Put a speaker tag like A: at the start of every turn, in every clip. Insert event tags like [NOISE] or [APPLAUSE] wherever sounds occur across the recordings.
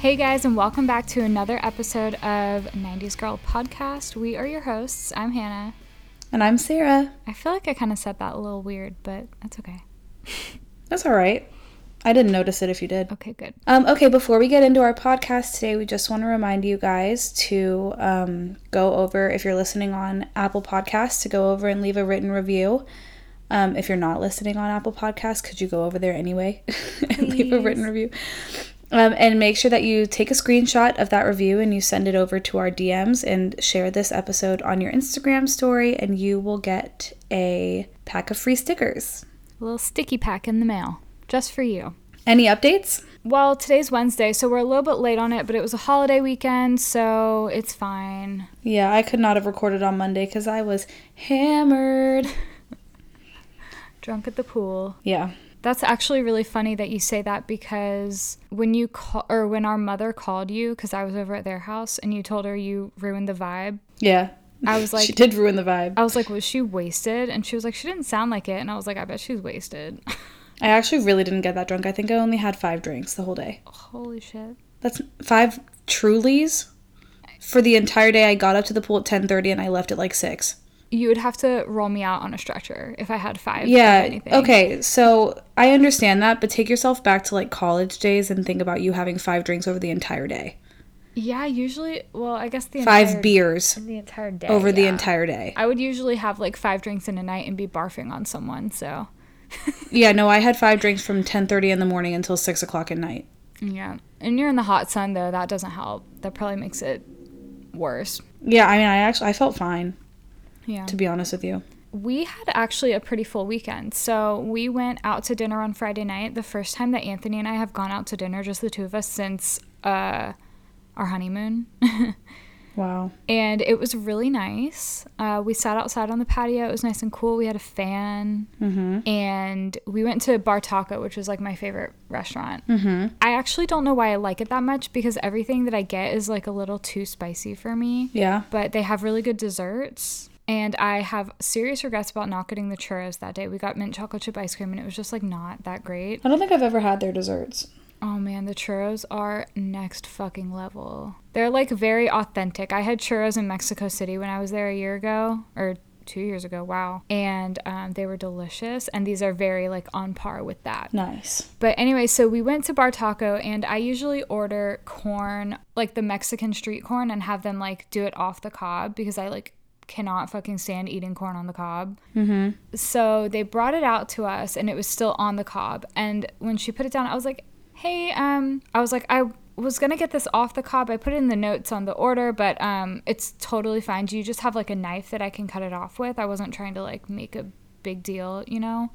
A: Hey guys, and welcome back to another episode of 90s Girl Podcast. We are your hosts. I'm Hannah.
B: And I'm Sarah.
A: I feel like I kind of said that a little weird, but that's okay.
B: That's all right. I didn't notice it if you did.
A: Okay, good.
B: Um, okay, before we get into our podcast today, we just want to remind you guys to um, go over, if you're listening on Apple Podcasts, to go over and leave a written review. Um, if you're not listening on Apple Podcasts, could you go over there anyway [LAUGHS] and leave a written review? Um, and make sure that you take a screenshot of that review and you send it over to our DMs and share this episode on your Instagram story, and you will get a pack of free stickers.
A: A little sticky pack in the mail just for you.
B: Any updates?
A: Well, today's Wednesday, so we're a little bit late on it, but it was a holiday weekend, so it's fine.
B: Yeah, I could not have recorded on Monday because I was hammered.
A: Drunk at the pool.
B: Yeah.
A: That's actually really funny that you say that because when you call or when our mother called you because I was over at their house and you told her you ruined the vibe,
B: Yeah.
A: I was
B: [LAUGHS] she
A: like,
B: did ruin the vibe.
A: I was like, was she wasted? And she was like, she didn't sound like it. And I was like, I bet she's wasted. [LAUGHS]
B: I actually really didn't get that drunk. I think I only had five drinks the whole day.
A: Holy shit.
B: That's five Trulies for the entire day. I got up to the pool at ten thirty and I left at like six.
A: You would have to roll me out on a stretcher if I had five. of
B: Yeah.
A: anything.
B: Okay. So I understand that, but take yourself back to like college days and think about you having five drinks over the entire day,
A: Yeah, usually, well, I guess the
B: five
A: entire,
B: beers
A: the entire day.
B: over the
A: yeah.
B: entire day.
A: I would usually have like five drinks in a night and be barfing on someone. So,
B: Yeah. No, I had five drinks from ten thirty in the morning until six o'clock at night.
A: yeah. And you're in the hot sun, though. That doesn't help. That probably makes it worse.
B: Yeah. I mean, I actually I felt fine
A: Yeah.
B: to be honest with you.
A: we had actually a pretty full weekend. So we went out to dinner on Friday night, the first time that Anthony and I have gone out to dinner, just the two of us, since uh, our honeymoon. [LAUGHS]
B: Wow.
A: and it was really nice. Uh, we sat outside on the patio. It was nice and cool. We had a fan. And we went to Bar Taco, which is like my favorite restaurant. Mm-hmm. I actually don't know why I like it that much because everything that I get is like a little too spicy for me
B: Yeah.
A: but they have really good desserts. And I have serious regrets about not getting the churros that day. We got mint chocolate chip ice cream, and it was just like not that great.
B: I don't think I've ever had their desserts.
A: Oh man, the churros are next fucking level. They're like very authentic. I had churros in Mexico City when I was there a year ago, or two years ago, wow. And um, they were delicious, and these are very like on par with that.
B: Nice.
A: But anyway, so we went to Bar Taco, and I usually order corn, like the Mexican street corn, and have them like do it off the cob because I like cannot fucking stand eating corn on the cob. Mm-hmm. So they brought it out to us, and it was still on the cob. And when she put it down, I was like, "Hey, um," I was like, "I." was gonna get this off the cob. I put it in the notes on the order, but um, it's totally fine. Do you just have like a knife that I can cut it off with? I wasn't trying to like make a big deal, you know?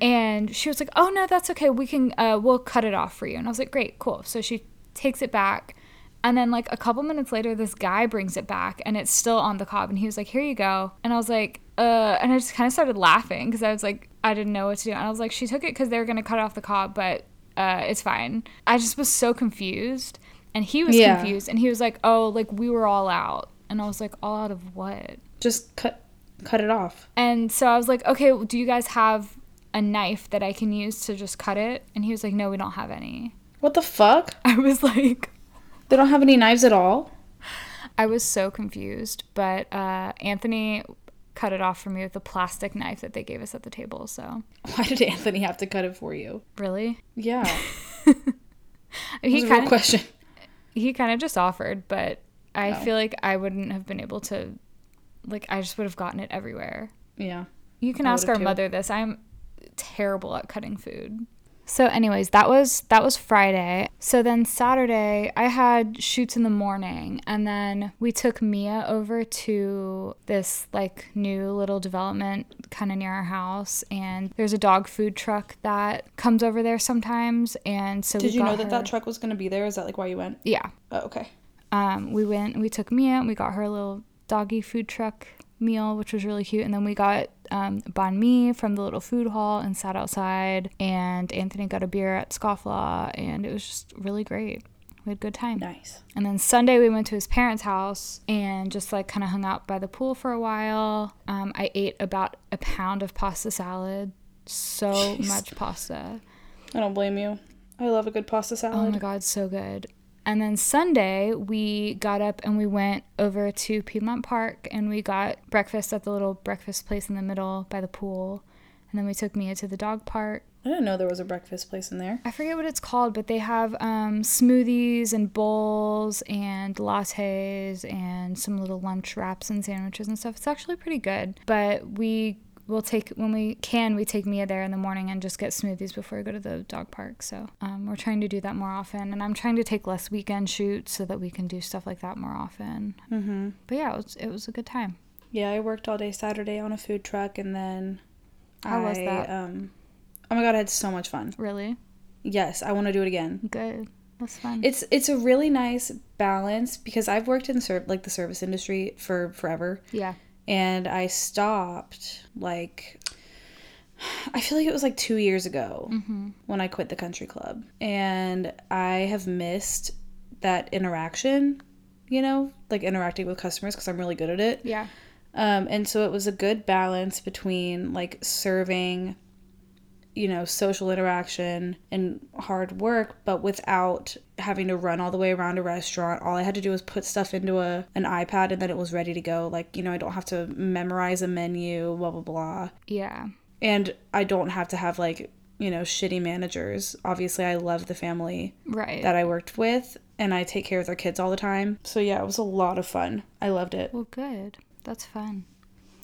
A: And she was like, "Oh no, that's okay. We can uh, we'll cut it off for you." And I was like, "Great, cool." So she takes it back, and then like a couple minutes later, this guy brings it back, and it's still on the cob. And he was like, "Here you go." And I was like, "Uh," and I just kind of started laughing because I was like, I didn't know what to do. And I was like, "She took it because they were gonna cut off the cob, but uh, it's fine." I just was so confused, and he was
B: Yeah.
A: confused, and he was like, "Oh, like we were all out," and I was like, "All out of what?"
B: Just cut cut it off.
A: And so I was like, okay, well, do you guys have a knife that I can use to just cut it? And he was like, no, we don't have any. [LAUGHS]
B: What the fuck?
A: I was like,
B: They don't have any knives at all? [LAUGHS]
A: I was so confused. But uh, Anthony cut it off for me with a plastic knife that they gave us at the table. So,
B: Why did Anthony have to cut it for you?
A: really?
B: [LAUGHS] Yeah.
A: He
B: That's a real
A: kind of
B: question.
A: he kind of just offered, but I feel like I wouldn't have been able to like I just would have gotten it everywhere.
B: [LAUGHS] Yeah.
A: You can
B: I
A: ask
B: would've
A: our
B: too.
A: mother this. I'm terrible at cutting food. So anyways, that was that was Friday. So then Saturday, I had shoots in the morning and then we took Mia over to this like new little development kind of near our house and there's a dog food truck that comes over there sometimes and so
B: Did
A: we
B: you
A: got
B: know that
A: her-
B: that truck was going to be there? Is that like why you went?
A: Yeah.
B: Oh, okay.
A: Um we went we took Mia, we got her a little doggy food truck meal which was really cute and then we got um, banh mi from the little food hall and sat outside and anthony got a beer at scofflaw and it was just really great we had a good time
B: Nice.
A: and then sunday we went to his parents house and just like kind of hung out by the pool for a while um, i ate about a pound of pasta salad so much pasta
B: I don't blame you. I love a good pasta
A: oh
B: salad.
A: my god so good And then Sunday, we got up and we went over to Piedmont Park and we got breakfast at the little breakfast place in the middle by the pool. And then we took Mia to the dog park.
B: I didn't know there was a breakfast place in there.
A: I forget what it's called, but they have um, smoothies and bowls and lattes and some little lunch wraps and sandwiches and stuff. It's actually pretty good. But we will take, when we can, we take Mia there in the morning and just get smoothies before we go to the dog park. So um, we're trying to do that more often. And I'm trying to take less weekend shoots so that we can do stuff like that more often. Mm-hmm. But yeah, it was, it was a good time.
B: Yeah, I worked all day Saturday on a food truck and then
A: How was
B: I,
A: that?
B: Um, oh my god, I had so much fun.
A: Really?
B: Yes, I want to do it again.
A: Good. That's fun.
B: It's it's a really nice balance because I've worked in serv- like the service industry for forever
A: yeah.
B: and I stopped like I feel like it was like 2 years ago when I quit the country club and I have missed that interaction, you know, like interacting with customers because I'm really good at it.
A: Yeah.
B: Um, and so it was a good balance between like serving, you know, social interaction and hard work, but without having to run all the way around a restaurant. All I had to do was put stuff into a an iPad and then it was ready to go. Like, you know, I don't have to memorize a menu, blah blah blah.
A: Yeah.
B: And I don't have to have like, you know, shitty managers. Obviously I love the family
A: Right.
B: that I worked with and I take care of their kids all the time. So yeah, it was a lot of fun. I loved it.
A: Well, good. That's fun.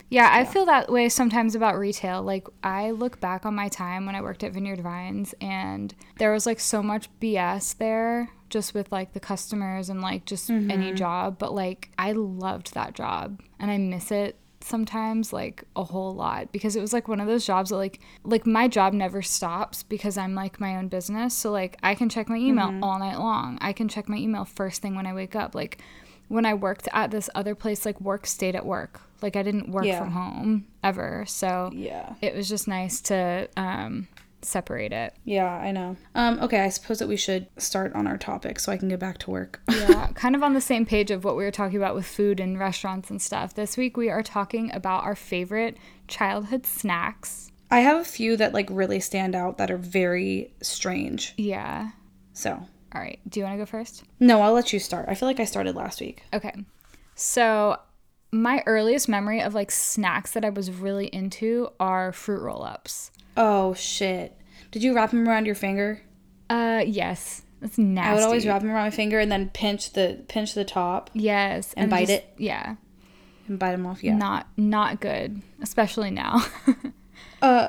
A: Yeah, I feel that way sometimes about retail. Like, I look back on my time when I worked at Vineyard Vines, and there was like so much BS there, just with like the customers and like just any job. But like, I loved that job and I miss it sometimes like a whole lot because it was like one of those jobs that like like my job never stops because I'm like my own business so like I can check my email all night long I can check my email first thing when I wake up like when I worked at this other place like work stayed at work like I didn't work
B: Yeah.
A: from home ever so
B: Yeah.
A: it was just nice to um separate it
B: Yeah, I know. Um, okay, I suppose that we should start on our topic so I can get back to work. [LAUGHS]
A: yeah, [LAUGHS] kind of on the same page of what we were talking about with food and restaurants and stuff this week we are talking about our favorite childhood snacks
B: I have a few that like really stand out that are very strange.
A: Yeah.
B: So,
A: All right. Do you want to go first?
B: no, I'll let you start. I feel like I started last week.
A: Okay. So, my earliest memory of like snacks that I was really into are fruit roll ups.
B: Oh shit. Did you wrap them around your finger?
A: Uh, yes. That's nasty.
B: I would always wrap them around my finger and then pinch the pinch the top
A: Yes. And,
B: bite it?
A: Yeah.
B: and bite them off. Yeah.
A: Not not good, especially now. [LAUGHS]
B: Uh,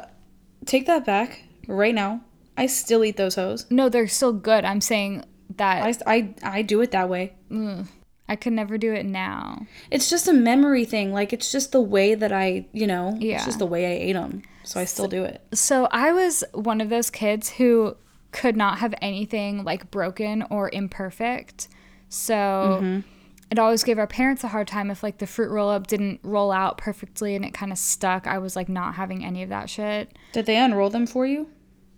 B: Take that back right now. I still eat those hoes.
A: no, they're still good. I'm saying that
B: I,
A: I,
B: I, I do it that way.
A: could never do it now.
B: It's just a memory thing. Like it's just the way that I, you know,
A: Yeah.
B: it's just the way I ate them. So I still do it.
A: So, I was one of those kids who could not have anything like broken or imperfect. So, it always gave our parents a hard time if like the fruit roll up didn't roll out perfectly and it kind of stuck. I was like not having any of that shit.
B: Did they unroll them for you?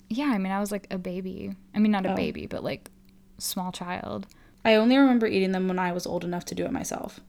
A: Yeah, I mean, I was like a baby. I mean, not a baby, but like small child.
B: I only remember eating them when I was old enough to do it myself.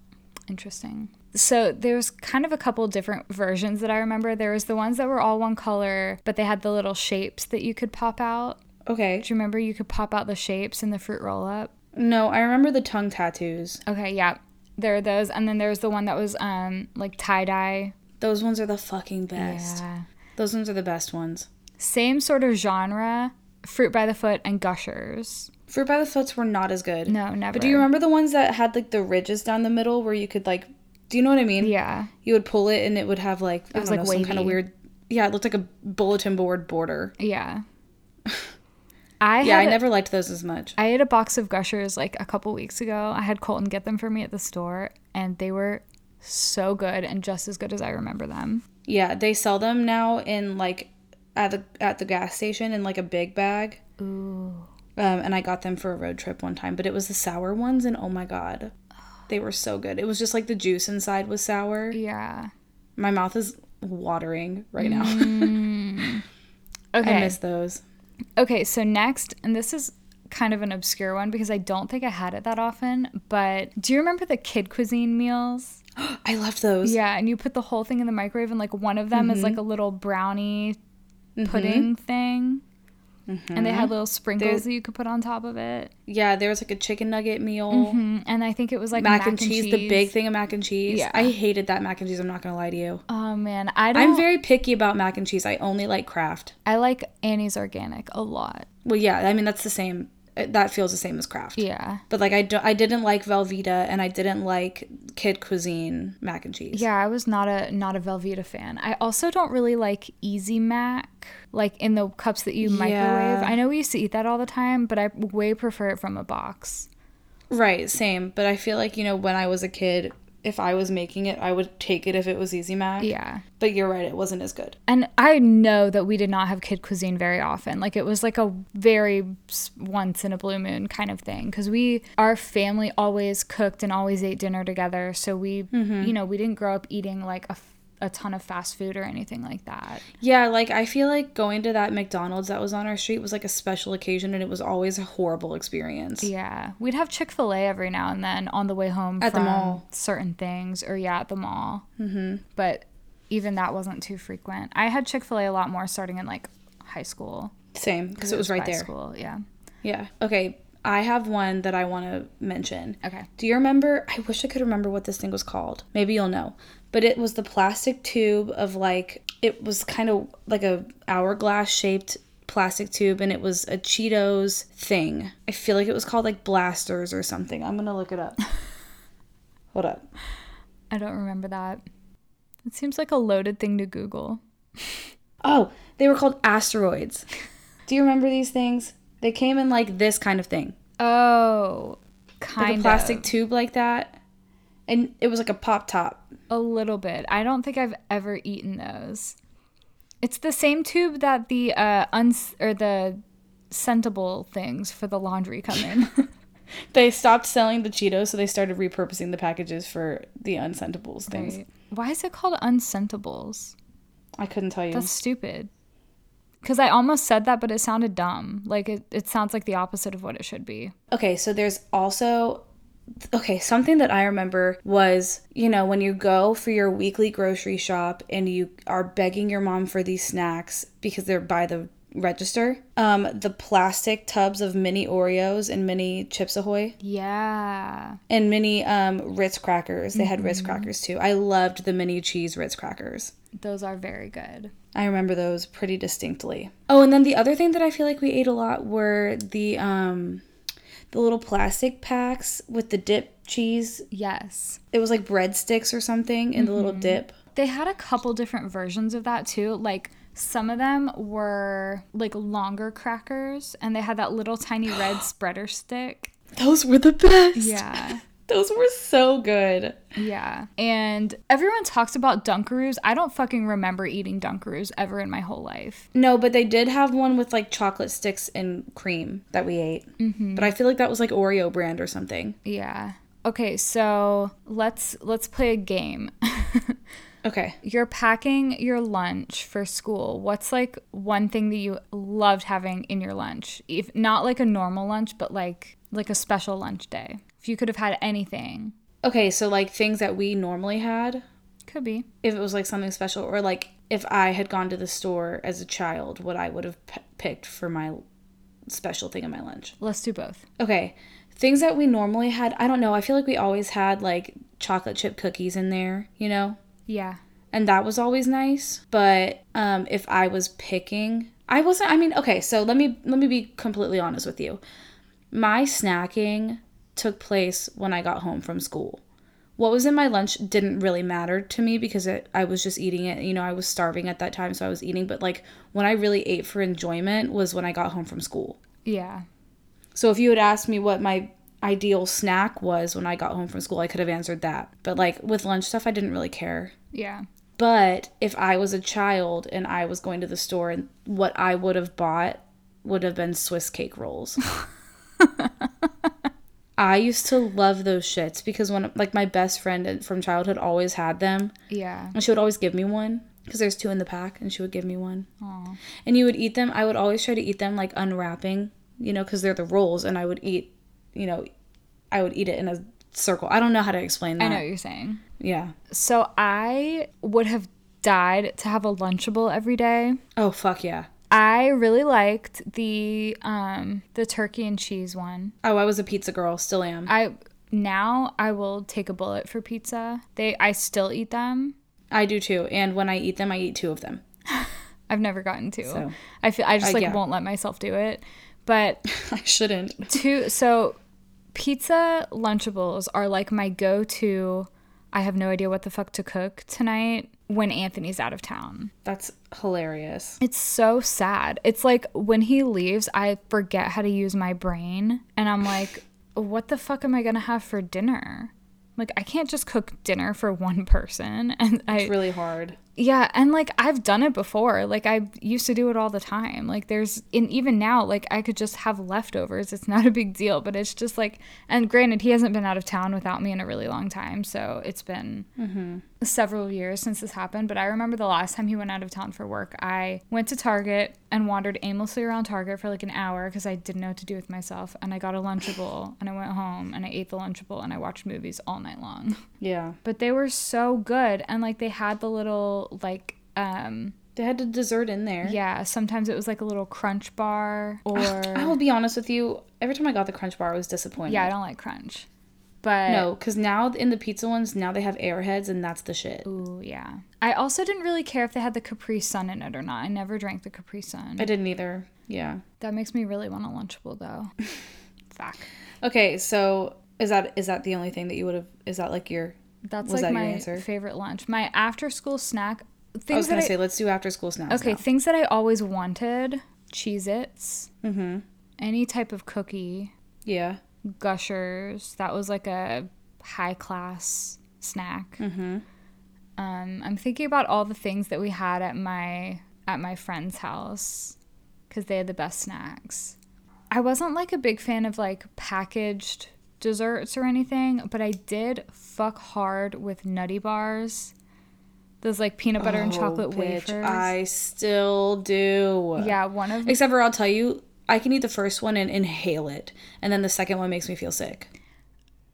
A: Interesting. So there's kind of a couple different versions that I remember. There was the ones that were all one color, but they had the little shapes that you could pop out.
B: Okay.
A: Do you remember you could pop out the shapes in the fruit roll up?
B: No, I remember the tongue tattoos.
A: Okay, yeah. There are those. And then there's the one that was um like tie dye.
B: Those ones are the fucking best.
A: Yeah.
B: Those ones are the best ones.
A: same sort of genre fruit by the foot and gushers
B: Fruit by the Foots were not as good.
A: no never
B: But do you remember the ones that had like the ridges down the middle where you could like do you know what I mean?
A: yeah
B: You would pull it and it would have like it
A: was,
B: was like
A: like,
B: some kind of
A: wavy.
B: weird yeah, it looked like a bulletin board border.
A: yeah i
B: Yeah, I
A: had a-
B: never liked those as much.
A: I ate a box of gushers like a couple weeks ago i had colton get them for me at the store and they were so good and just as good as i remember them
B: Yeah, they sell them now in like at the at the gas station in like a big bag.
A: ooh
B: Um, and I got them for a road trip one time, but it was the sour ones, and oh my god, they were so good. It was just like the juice inside was sour.
A: yeah
B: My mouth is watering right now.
A: Mm-hmm. okay
B: [LAUGHS] I miss those.
A: Okay, so next, and this is kind of an obscure one because I don't think I had it that often, but do you remember the kid cuisine meals?
B: I loved those.
A: Yeah, and you put the whole thing
B: Mm-hmm.
A: in the microwave, and like one of them is like a little brownie pudding thing. and they
B: Mm-hmm.
A: had little sprinkles that you could put on top of it.
B: Yeah, there was like a chicken nugget meal,
A: Mm, And I think it was like
B: mac, and, cheese, the big thing of mac and cheese.
A: Yeah.
B: I hated that mac and cheese. I'm not gonna lie to you.
A: Oh man, I don't.
B: I'm very picky about mac and cheese. I only like Kraft.
A: I like Annie's organic a lot.
B: Well, yeah, I mean that's the same. uh, That feels the same as Kraft.
A: Yeah.
B: But like I don't, I didn't like Velveeta and I didn't like Kid Cuisine mac and cheese.
A: Yeah, I was not a not a Velveeta fan. I also don't really like Easy Mac, like in the cups that you microwave. I know we used to eat that all the time, but I way prefer it from a box.
B: Right, same. But I feel like you know when I was a kid, if I was making it, I would take it if it was Easy Mac.
A: Yeah.
B: But you're right, it wasn't as good.
A: And I know that we did not have kid cuisine very often. Like it was like a very s- once in a blue moon kind of thing because we, our family always cooked and always ate dinner together. So we,
B: Mm-hmm.
A: you know, we didn't grow up eating like a, f- a ton of fast food or anything like that.
B: Yeah, like I feel like going to that McDonald's that was on our street was like a special occasion and it was always a horrible experience.
A: Yeah. We'd have Chick fil A every now and then on the way home
B: At the
A: from
B: mall.
A: certain things or, yeah, at the mall. Mm-hmm. But even that wasn't too frequent. I had Chick fil A a lot more starting in like high school.
B: Same, because it was right
A: by
B: there.
A: School. Yeah.
B: Yeah. Okay, I have one that I want to mention.
A: Okay.
B: Do you remember? I wish I could remember what this thing was called. Maybe you'll know. But it was the plastic tube of like it was kind of like a hourglass shaped plastic tube and it was a Cheetos thing. I feel like it was called like blasters or something. I'm going to look it up. [LAUGHS] Hold up.
A: I don't remember that. It seems like a loaded thing to Google.
B: Oh, they were called asteroids. Do you remember these things? They came in like this kind of thing.
A: Oh,
B: Like
A: kind plastic
B: a plastic tube like that. And it was like a pop top.
A: a little bit. I don't think I've ever eaten those. It's the same tube that the uh uns or the scentable things for the laundry come in. [LAUGHS]
B: They stopped selling the Cheetos, so they started repurposing the packages for the unsentables things.
A: Right. Why is it called unscentables?
B: I couldn't tell you.
A: That's stupid. Because I almost said that, but it sounded dumb. Like it, it sounds like the opposite of what it should be.
B: okay, so there's also okay, something that I remember was, you know, when you go for your weekly grocery shop and you are begging your mom for these snacks because they're by the register. Um the plastic tubs of mini Oreos and mini Chips Ahoy
A: Yeah.
B: and mini um Ritz crackers. They had Ritz crackers too. I loved the mini cheese Ritz crackers.
A: Those are very good.
B: I remember those pretty distinctly. Oh, and then the other thing that I feel like we ate a lot were the um the little plastic packs with the dip cheese.
A: Yes.
B: It was like breadsticks or something in the little dip.
A: They had a couple different versions of that too. Like some of them were like longer crackers and they had that little tiny red spreader stick.
B: Those were the best.
A: Yeah.
B: Those were so good.
A: [LAUGHS] Yeah. And everyone talks about Dunkaroos. I don't fucking remember eating Dunkaroos ever in my whole life.
B: No, but they did have one with like chocolate sticks and cream that we ate. But I feel like that was like Oreo brand or something.
A: Yeah. Okay, so let's let's play a game. [LAUGHS]
B: Okay.
A: You're packing your lunch for school. What's like one thing that you loved having in your lunch? If not like a normal lunch, but like like a special lunch day. If you could have had anything,
B: Okay, so like things that we normally had.
A: could be.
B: if it was like something special or like if I had gone to the store as a child, what I would have p- picked for my special thing in my lunch.
A: Let's do both.
B: Okay. Things that we normally had, I don't know. I feel like we always had like chocolate chip cookies in there, you know?
A: Yeah.
B: And that was always nice, but um if I was picking, I wasn't I mean, okay, so let me let me be completely honest with you. My snacking took place when I got home from school what was in my lunch didn't really matter to me because it, I was just eating it. You know, I was starving at that time, so I was eating. But like when I really ate for enjoyment was when I got home from school.
A: Yeah.
B: So if you had asked me what my ideal snack was when I got home from school, I could have answered that. But like with lunch stuff, I didn't really care.
A: Yeah.
B: But if I was a child and I was going to the store, and what I would have bought would have been Swiss
A: [LAUGHS]
B: cake rolls. I used to love those shits because when like my best friend from childhood always had them,
A: Yeah.
B: and she would always give me one because there's two in the pack, and she would give me one. And you would eat them. I would always try to eat them like unwrapping, you know, because they're the rolls, and I would eat, you know, I would eat it in a circle. I don't know how to explain that.
A: I know what you're saying.
B: Yeah.
A: So I would have died to have a lunchable every day.
B: Oh fuck yeah.
A: I really liked the um the turkey and cheese one.
B: Oh, I was a pizza girl, still am.
A: I now I will take a bullet for pizza. They I still eat them.
B: I do too. And when I eat them, I eat two of them. [LAUGHS]
A: I've never gotten to.
B: So-
A: I feel I just
B: Uh,
A: like
B: yeah.
A: won't let myself do it. But
B: I shouldn't.
A: two so pizza lunchables are like my go-to. I have no idea what the fuck to cook tonight when Anthony's out of town.
B: That's hilarious.
A: It's so sad. It's like when he leaves, I forget how to use my brain. And I'm like, what the fuck am I going to have for dinner? Like, I can't just cook dinner for one person. [LAUGHS] And I,
B: It's really hard.
A: yeah. And like, I've done it before. Like, I used to do it all the time. Like, there's, and even now, like, I could just have leftovers. It's not a big deal, but it's just like, and granted, he hasn't been out of town without me in a really long time. So it's been, several years since this happened, but I remember the last time he went out of town for work, I went to Target and wandered aimlessly around Target for like an hour because I didn't know what to do with myself. And I got a Lunchable and I went home and I ate the Lunchable and I watched movies all night long.
B: Yeah.
A: But they were so good. And like they had the little, like, um,
B: They had a dessert in there.
A: yeah, sometimes it was like a little crunch bar
B: I [LAUGHS]
A: or,
B: will be honest with you. Every time I got the Crunch Bar, I was disappointed.
A: yeah, I don't like crunch. But
B: No, because now in the pizza ones, now they have airheads, and that's the shit.
A: Ooh, yeah. I also didn't really care if they had the Capri Sun in it or not. I never drank the Capri Sun.
B: I didn't either. Yeah.
A: That makes me really want a Lunchable
B: [LAUGHS]
A: though. Fuck.
B: Okay, so is that is that the only thing that you would have? Is that like your?
A: That's
B: Was
A: like
B: that your
A: my
B: answer?
A: favorite lunch. My after school snack things
B: I was
A: that
B: gonna
A: I,
B: say let's do after school snacks.
A: Okay,
B: now.
A: things that I always wanted. Cheez Its. Mm-hmm. Any type of cookie.
B: Yeah.
A: Gushers. That was like a high class snack. Mm-hmm. Um, I'm thinking about all the things that we had at my at my friend's house because they had the best snacks. I wasn't like a big fan of like packaged desserts or anything, but I did fuck hard with nutty bars. Those like peanut butter and
B: Oh,
A: chocolate
B: bitch,
A: wafers.
B: I still do.
A: yeah, one of
B: Except for I'll tell you, I can eat the first one and inhale it, and then the second one makes me feel sick.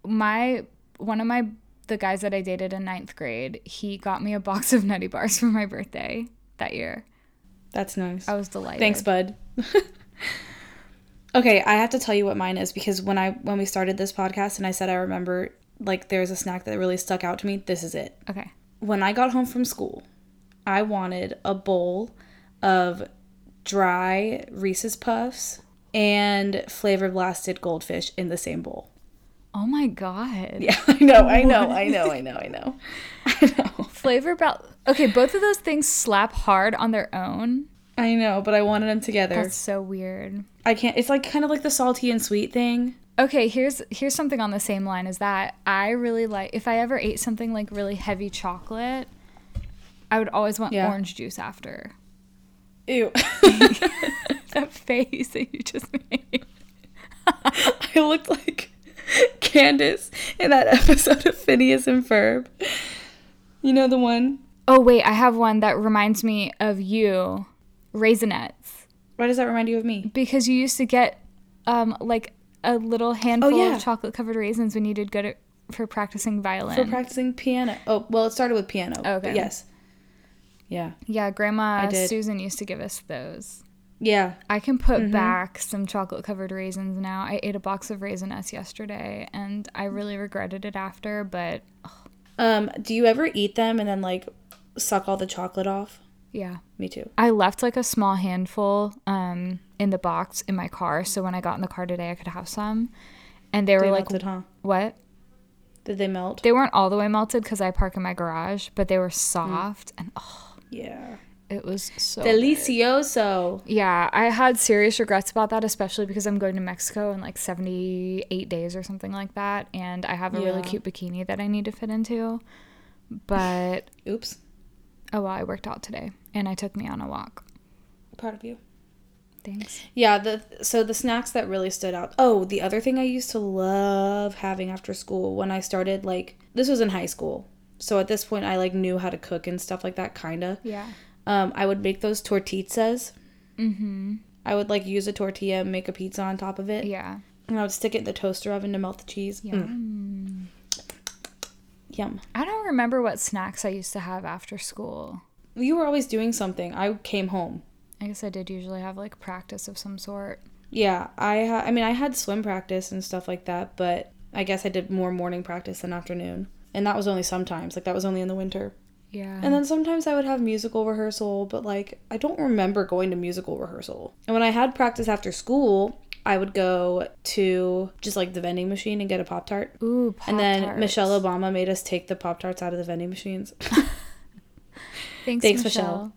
A: my one of my the guys that I dated in ninth grade, he got me a box of nutty bars for my birthday that year.
B: That's nice.
A: I was delighted.
B: Oh, Thanks, bud. [LAUGHS] okay, I have to tell you what mine is because when I when we started this podcast and I said I remember like there's a snack that really stuck out to me, this is it.
A: Okay.
B: When I got home from school, I wanted a bowl of dry Reese's puffs and flavor blasted goldfish in the same bowl. [LAUGHS]
A: Oh my god.
B: Yeah, I know, I know, I know, I know, I [LAUGHS] know. I know.
A: Flavor belt. Okay, both of those things slap hard on their own.
B: I know, but I wanted them together.
A: That's so weird.
B: I can't it's like kind of like the salty and sweet thing.
A: Okay, here's here's something on the same line as that. I really like if I ever ate something like really heavy chocolate, I would always want
B: Yeah.
A: orange juice after. [LAUGHS]
B: Ew. [LAUGHS]
A: That face that you just made.
B: I looked like Candace in that [LAUGHS] episode of Phineas and Ferb. You know the one?
A: Oh wait, I have one that reminds me of you, raisinettes,
B: Why does that remind you of me?
A: because you used to get um like a little handful
B: yeah.
A: of chocolate covered raisins when you did good at, for practicing violin.
B: For practicing piano. Oh, well, it started with piano. but
A: Okay.
B: yes. Yeah.
A: Yeah, Grandma
B: did.
A: Susan used to give us those.
B: Yeah.
A: I can put
B: Mm-hmm.
A: back some chocolate covered raisins now. I ate a box of raisinettes yesterday and I really regretted it after, but
B: Um, do you ever eat them and then like suck all the chocolate off?
A: yeah.
B: Me too.
A: I left like a small handful um in the box in my car, so when I got in the car today I could have some. And they were
B: They
A: like
B: melted, huh?
A: what?
B: Did they melt?
A: They weren't all the way melted cuz I park in my garage, but they were
B: Mm.
A: soft and oh,
B: Yeah.
A: it was so good.
B: Delicioso.
A: Yeah, I had serious regrets about that, especially because I'm going to Mexico in like 78 days or something like that. And I have a really
B: Yeah.
A: cute bikini that I need to fit into. But,
B: Oops.
A: oh well, I worked out today and I took me on a walk.
B: Proud of you.
A: Thanks.
B: Yeah, the so the snacks that really stood out. Oh, the other thing I used to love having after school when I started like this was in high school. So at this point I like knew how to cook and stuff like that kinda.
A: Yeah.
B: Um I would make those tortitas. Mhm. I would like use a tortilla and make a pizza on top of it.
A: Yeah.
B: And I would stick it in the toaster oven to melt the cheese.
A: Yeah.
B: Mm, yum.
A: I don't remember what snacks I used to have after school.
B: You were always doing something. I came home.
A: I guess I did usually have like practice of some sort.
B: Yeah, I ha- I mean I had swim practice and stuff like that, but I guess I did more morning practice than afternoon. And that was only sometimes, like that was only in the winter.
A: Yeah.
B: And then sometimes I would have musical rehearsal, but like I don't remember going to musical rehearsal. And when I had practice after school, I would go to just like the vending machine and get a Pop Tart.
A: Ooh,
B: And then
A: Pop-Tarts.
B: Michelle Obama made us take the Pop Tarts out of the vending machines.
A: Thanks,
B: Thanks,
A: Michelle.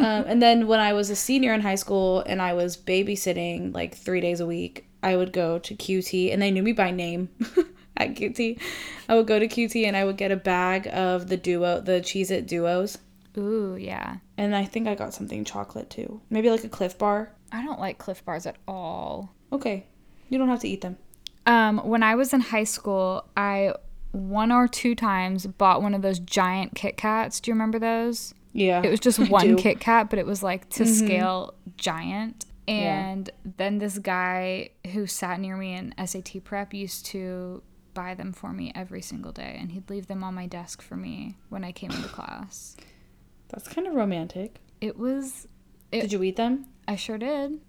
B: um, and then when I was a senior in high school and I was babysitting like three days a week, I would go to QT and they knew me by name [LAUGHS] at QT. I would go to QT and I would get a bag of the duo, the Cheez It duos.
A: Ooh, yeah.
B: And I think I got something chocolate too. Maybe like a Cliff Bar.
A: I don't like Cliff Bars at all.
B: Okay. You don't have to eat them.
A: Um, when I was in high school, I one or two times bought one of those giant Kit Kats. Do you remember those?
B: Yeah.
A: It was just one
B: do.
A: Kit Kat, but it was like to scale giant. And then this guy who sat near me in SAT prep used to buy them for me every single day, and he'd leave them on my desk for me when I came into class.
B: That's kind of romantic.
A: It was,
B: Did you eat them?
A: I sure did.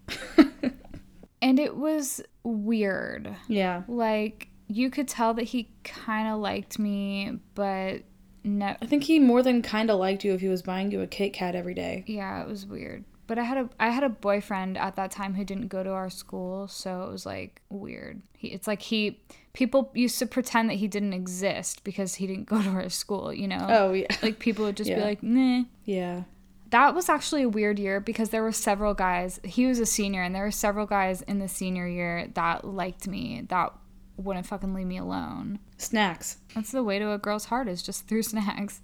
A: and it was weird.
B: Yeah.
A: Like, you could tell that he kind of liked me, but no,
B: I think he more than kind of liked you if he was buying you a Kit Kat every day.
A: Yeah, it was weird. But I had a I had a boyfriend at that time who didn't go to our school, so it was like weird. He, it's like he people used to pretend that he didn't exist because he didn't [LAUGHS] go to our school, you know.
B: Oh, yeah.
A: Like people would just be
B: Yeah.
A: like, "Nah."
B: [LAUGHS] Yeah.
A: That was actually a weird year because there were several guys. He was a senior and there were several guys in the senior year that liked me. That wouldn't fucking leave me alone.
B: Snacks.
A: That's the way to a girl's heart is just through [LAUGHS] snacks.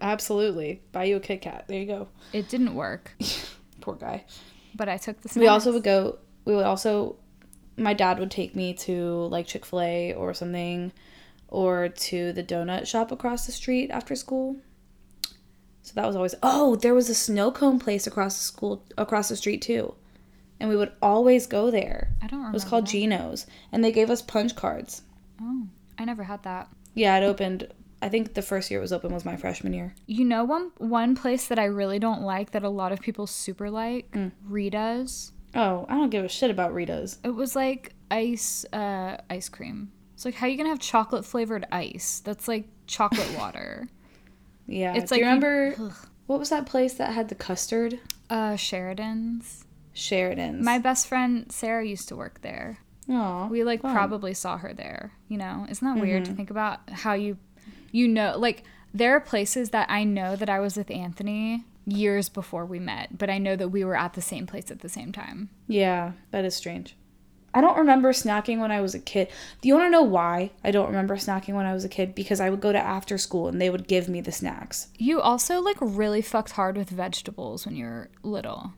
B: Absolutely. Buy you a Kit Kat. There you go.
A: It didn't work,
B: Poor guy.
A: but I took the snacks.
B: We also would go, we would also, my dad would take me to like Chick fil A or something or to the donut shop across the street after school. So that was always, oh, there was a snow cone place across the school, across the street too. And we would always go there.
A: I don't remember.
B: It was called Geno's, and they gave us punch cards.
A: Oh, I never had that.
B: Yeah, it opened. I think the first year it was open was my freshman year.
A: You know one one place that I really don't like that a lot of people super like
B: Mm.
A: Rita's.
B: Oh, I don't give a shit about Rita's.
A: It was like ice uh, ice cream. It's like how you gonna have chocolate flavored ice? That's like chocolate
B: [LAUGHS]
A: water.
B: Yeah,
A: It's
B: do
A: like
B: you remember
A: Ugh.
B: what was that place that had the custard?
A: uh, Sheridan's.
B: Sheridan's.
A: My best friend Sarah used to work there.
B: Aw,
A: We like
B: fun. Mm-hmm.
A: probably saw her there. You know, isn't that weird to think about how you, you know, like there are places that I know that I was with Anthony years before we met, but I know that we were at the same place at the same time.
B: Yeah, that is strange. I don't remember snacking when I was a kid. Do you want to know why I don't remember snacking when I was a kid? Because I would go to after school and they would give me the snacks.
A: You also like really fucked hard with vegetables when you're little.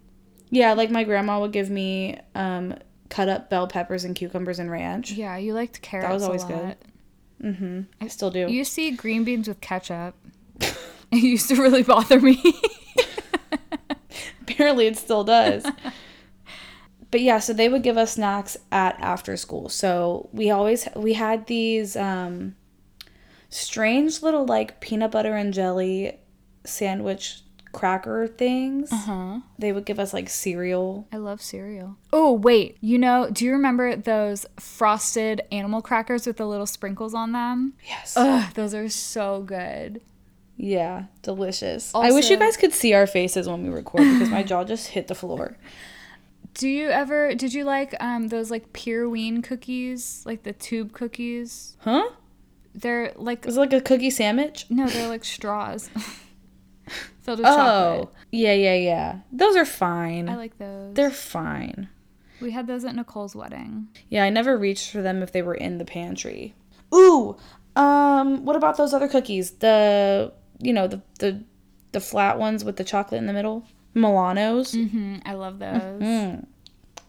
B: Yeah, like my grandma would give me um, cut up bell peppers and cucumbers and ranch.
A: Yeah, you liked carrots.
B: was always
A: a
B: good.
A: lot.
B: I still do.
A: You used to eat green beans with ketchup. [LAUGHS] it used to really bother
B: [LAUGHS]
A: me.
B: apparently it
A: [LAUGHS]
B: still does but yeah so they would give us snacks at after school so we always we had these um strange little like peanut butter and jelly sandwich cracker things
A: huh.
B: they would give us like cereal
A: I love cereal. Oh wait, you know? Do you remember those frosted animal crackers with the little sprinkles on them?
B: yes
A: Ugh, those are so good.
B: yeah delicious i wish you
A: Also-
B: guys could see our faces when we record because my jaw just hit
A: [LAUGHS]
B: the floor
A: Do you ever? Did you like um those like Pureween cookies, like the tube cookies?
B: huh
A: They're like
B: was it like a cookie sandwich
A: no, they're like straws [LAUGHS] filled with chocolate.
B: oh yeah yeah yeah those are fine
A: I like those.
B: they're fine
A: we had those at Nicole's wedding.
B: Yeah, I never reached for them if they were in the pantry. Ooh, um, what about those other cookies? The you know the the the flat ones with the chocolate in the middle, Milanos. Mm.
A: hmm I love
B: Mm-hmm.
A: those.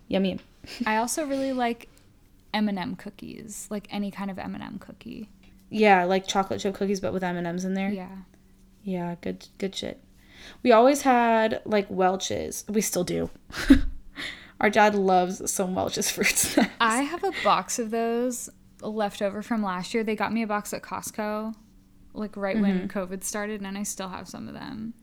B: Yummy.
A: I also really like M&M cookies, like any kind of M&M cookie.
B: Yeah, like chocolate chip cookies, but with M and M's in there.
A: Yeah.
B: Yeah, good good shit. We always had like Welch's. We still do. [LAUGHS] Our dad loves some Welch's [LAUGHS] fruit snacks.
A: I have a box of those left over from last year. They got me a box at Costco like right when COVID started and I still have some of them.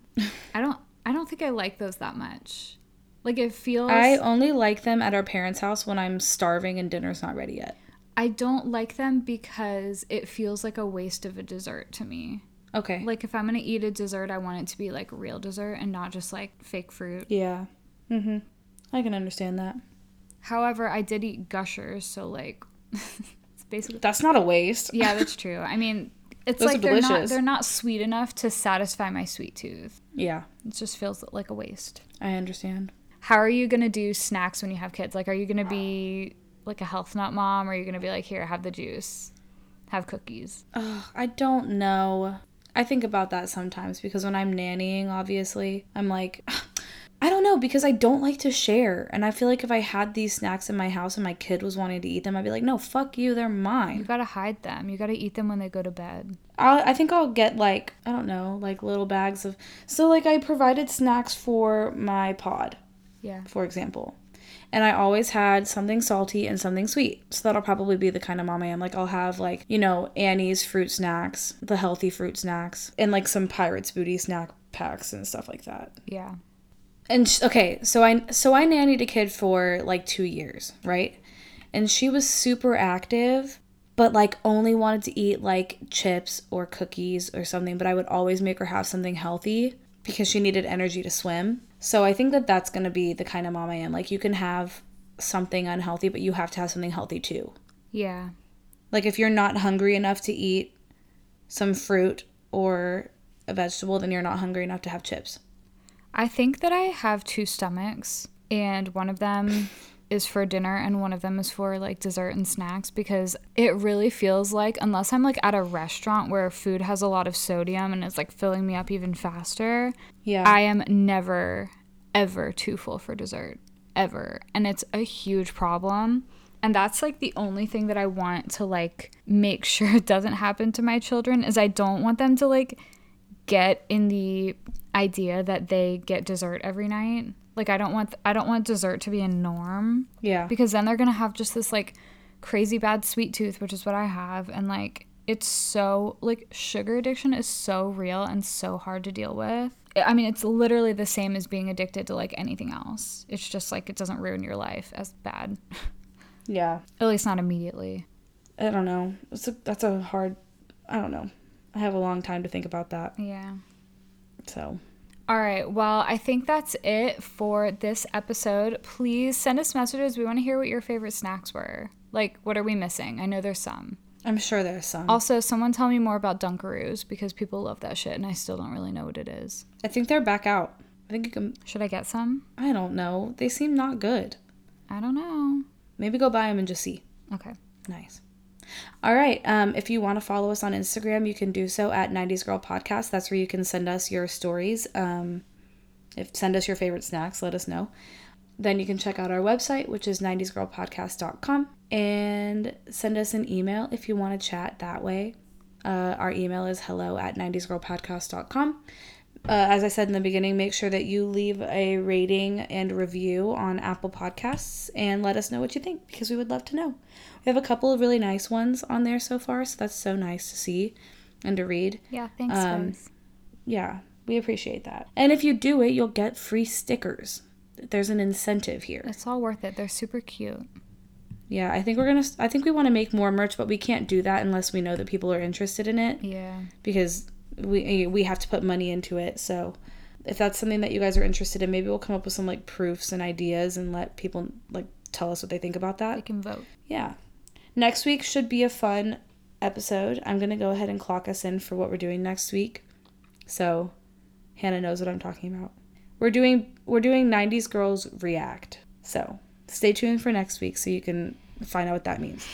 A: I don't I don't think think I like those that much. Like it feels
B: I only like them at our parents' house when I'm starving and dinner's not ready yet.
A: I don't like them because it feels like a waste of a dessert to me.
B: Okay.
A: Like if I'm gonna eat a dessert, I want it to be like real dessert and not just like fake fruit.
B: yeah. Mhm. I can understand that.
A: However, I did eat gushers, so like [LAUGHS] it's basically
B: That's not a waste.
A: yeah, that's true. I mean, it's
B: Those are
A: like they're not
B: delicious.
A: they're not sweet enough to satisfy my sweet tooth.
B: Yeah,
A: It just feels like a waste.
B: I understand.
A: How are you gonna do snacks when you have kids? Like, are you gonna be like a health nut mom, or are you gonna be like, here, have the juice, have cookies?
B: Ugh, I don't know. I think about that sometimes because when I'm nannying, obviously, I'm like, [SIGHS] I don't know because I don't like to share. And I feel like if I had these snacks in my house and my kid was wanting to eat them, I'd be like, no, fuck you, they're mine.
A: You gotta hide them. You gotta eat them when they go to bed.
B: I'll, I think I'll get like, I don't know, like little bags of. So, like, I provided snacks for my pod,
A: Yeah.
B: for example. And I always had something salty and something sweet. So that'll probably be the kind of mom I am. Like, I'll have, like, you know, Annie's fruit snacks, the healthy fruit snacks, and like some Pirates Booty snack packs and stuff like that.
A: Yeah.
B: And sh okay, so I so I nannied a kid for like 2 years, right? And she was super active, but like only wanted to eat like chips or cookies or something, but I would always make her have something healthy because she needed energy to swim. So I think that that's going to be the kind of mom I am. Like you can have something unhealthy, but you have to have something healthy too.
A: Yeah.
B: Like if you're not hungry enough to eat some fruit or a vegetable, then you're not hungry enough to have chips.
A: I think that I have two stomachs, and one of them is for dinner, and one of them is for like dessert and snacks because it really feels like, unless I'm like at a restaurant where food has a lot of sodium and it's like filling me up even faster,
B: Yeah.
A: I am never, ever too full for dessert, ever. And it's a huge problem. And that's like the only thing that I want to like make [LAUGHS] sure it doesn't happen to my children is I don't want them to like get in the idea that they get dessert every night. Like I don't want I don't want dessert to be a norm
B: yeah.
A: because then they're going to have just this like crazy bad sweet tooth, which is what I have and like it's so like sugar addiction is so real and so hard to deal with. I I mean, it's literally the same as being addicted to like anything else. It's just like it doesn't ruin your life as bad. [LAUGHS]
B: Yeah.
A: At least not immediately.
B: I don't know. It's a, that's a hard. I don't know. I have a long time to think about that.
A: Yeah.
B: So
A: All right. Well, I think that's it for this episode. Please send us messages. We want to hear what your favorite snacks were. Like, what are we missing? I know there's some.
B: I'm sure there's some.
A: Also, someone tell me more about Dunkaroos because people love that shit and I still don't really know what it is.
B: I think they're back out. I think you can.
A: Should I get some?
B: I don't know. They seem not good.
A: I don't know.
B: Maybe go buy them and just see.
A: Okay.
B: Nice. All right. Um, if you want to follow us on Instagram, you can do so at 90s Girl Podcast. That's where you can send us your stories. Um, if send us your favorite snacks, let us know. Then you can check out our website, which is 90sgirlpodcast.com, and send us an email if you want to chat that way. Uh, our email is hello at 90sgirlpodcast.com. Uh, as I said in the beginning, make sure that you leave a rating and review on Apple Podcasts and let us know what you think because we would love to know. We have a couple of really nice ones on there so far, so that's so nice to see and to read.
A: Yeah, thanks,
B: Um,
A: guys.
B: Yeah, we appreciate that. And if you do it, you'll get free stickers. There's an incentive here.
A: It's all worth it. They're super cute.
B: Yeah, I think we're gonna. I think we want to make more merch, but we can't do that unless we know that people are interested in it
A: Yeah.
B: because we we have to put money into it. So if that's something that you guys are interested in, maybe we'll come up with some like proofs and ideas and let people like tell us what they think about
A: They
B: that.
A: can vote.
B: Yeah. Next week should be a fun episode. I'm going to go ahead and clock us in for what we're doing next week. So Hannah knows what I'm talking about. We're doing we're doing 90s girls react. So, stay tuned for next week so you can find out what that means.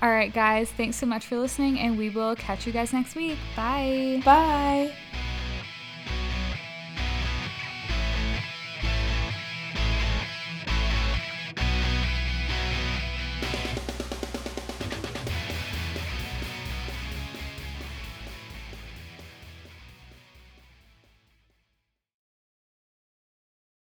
A: All right, guys. Thanks so much for listening and we will catch you guys next week. Bye.
B: Bye.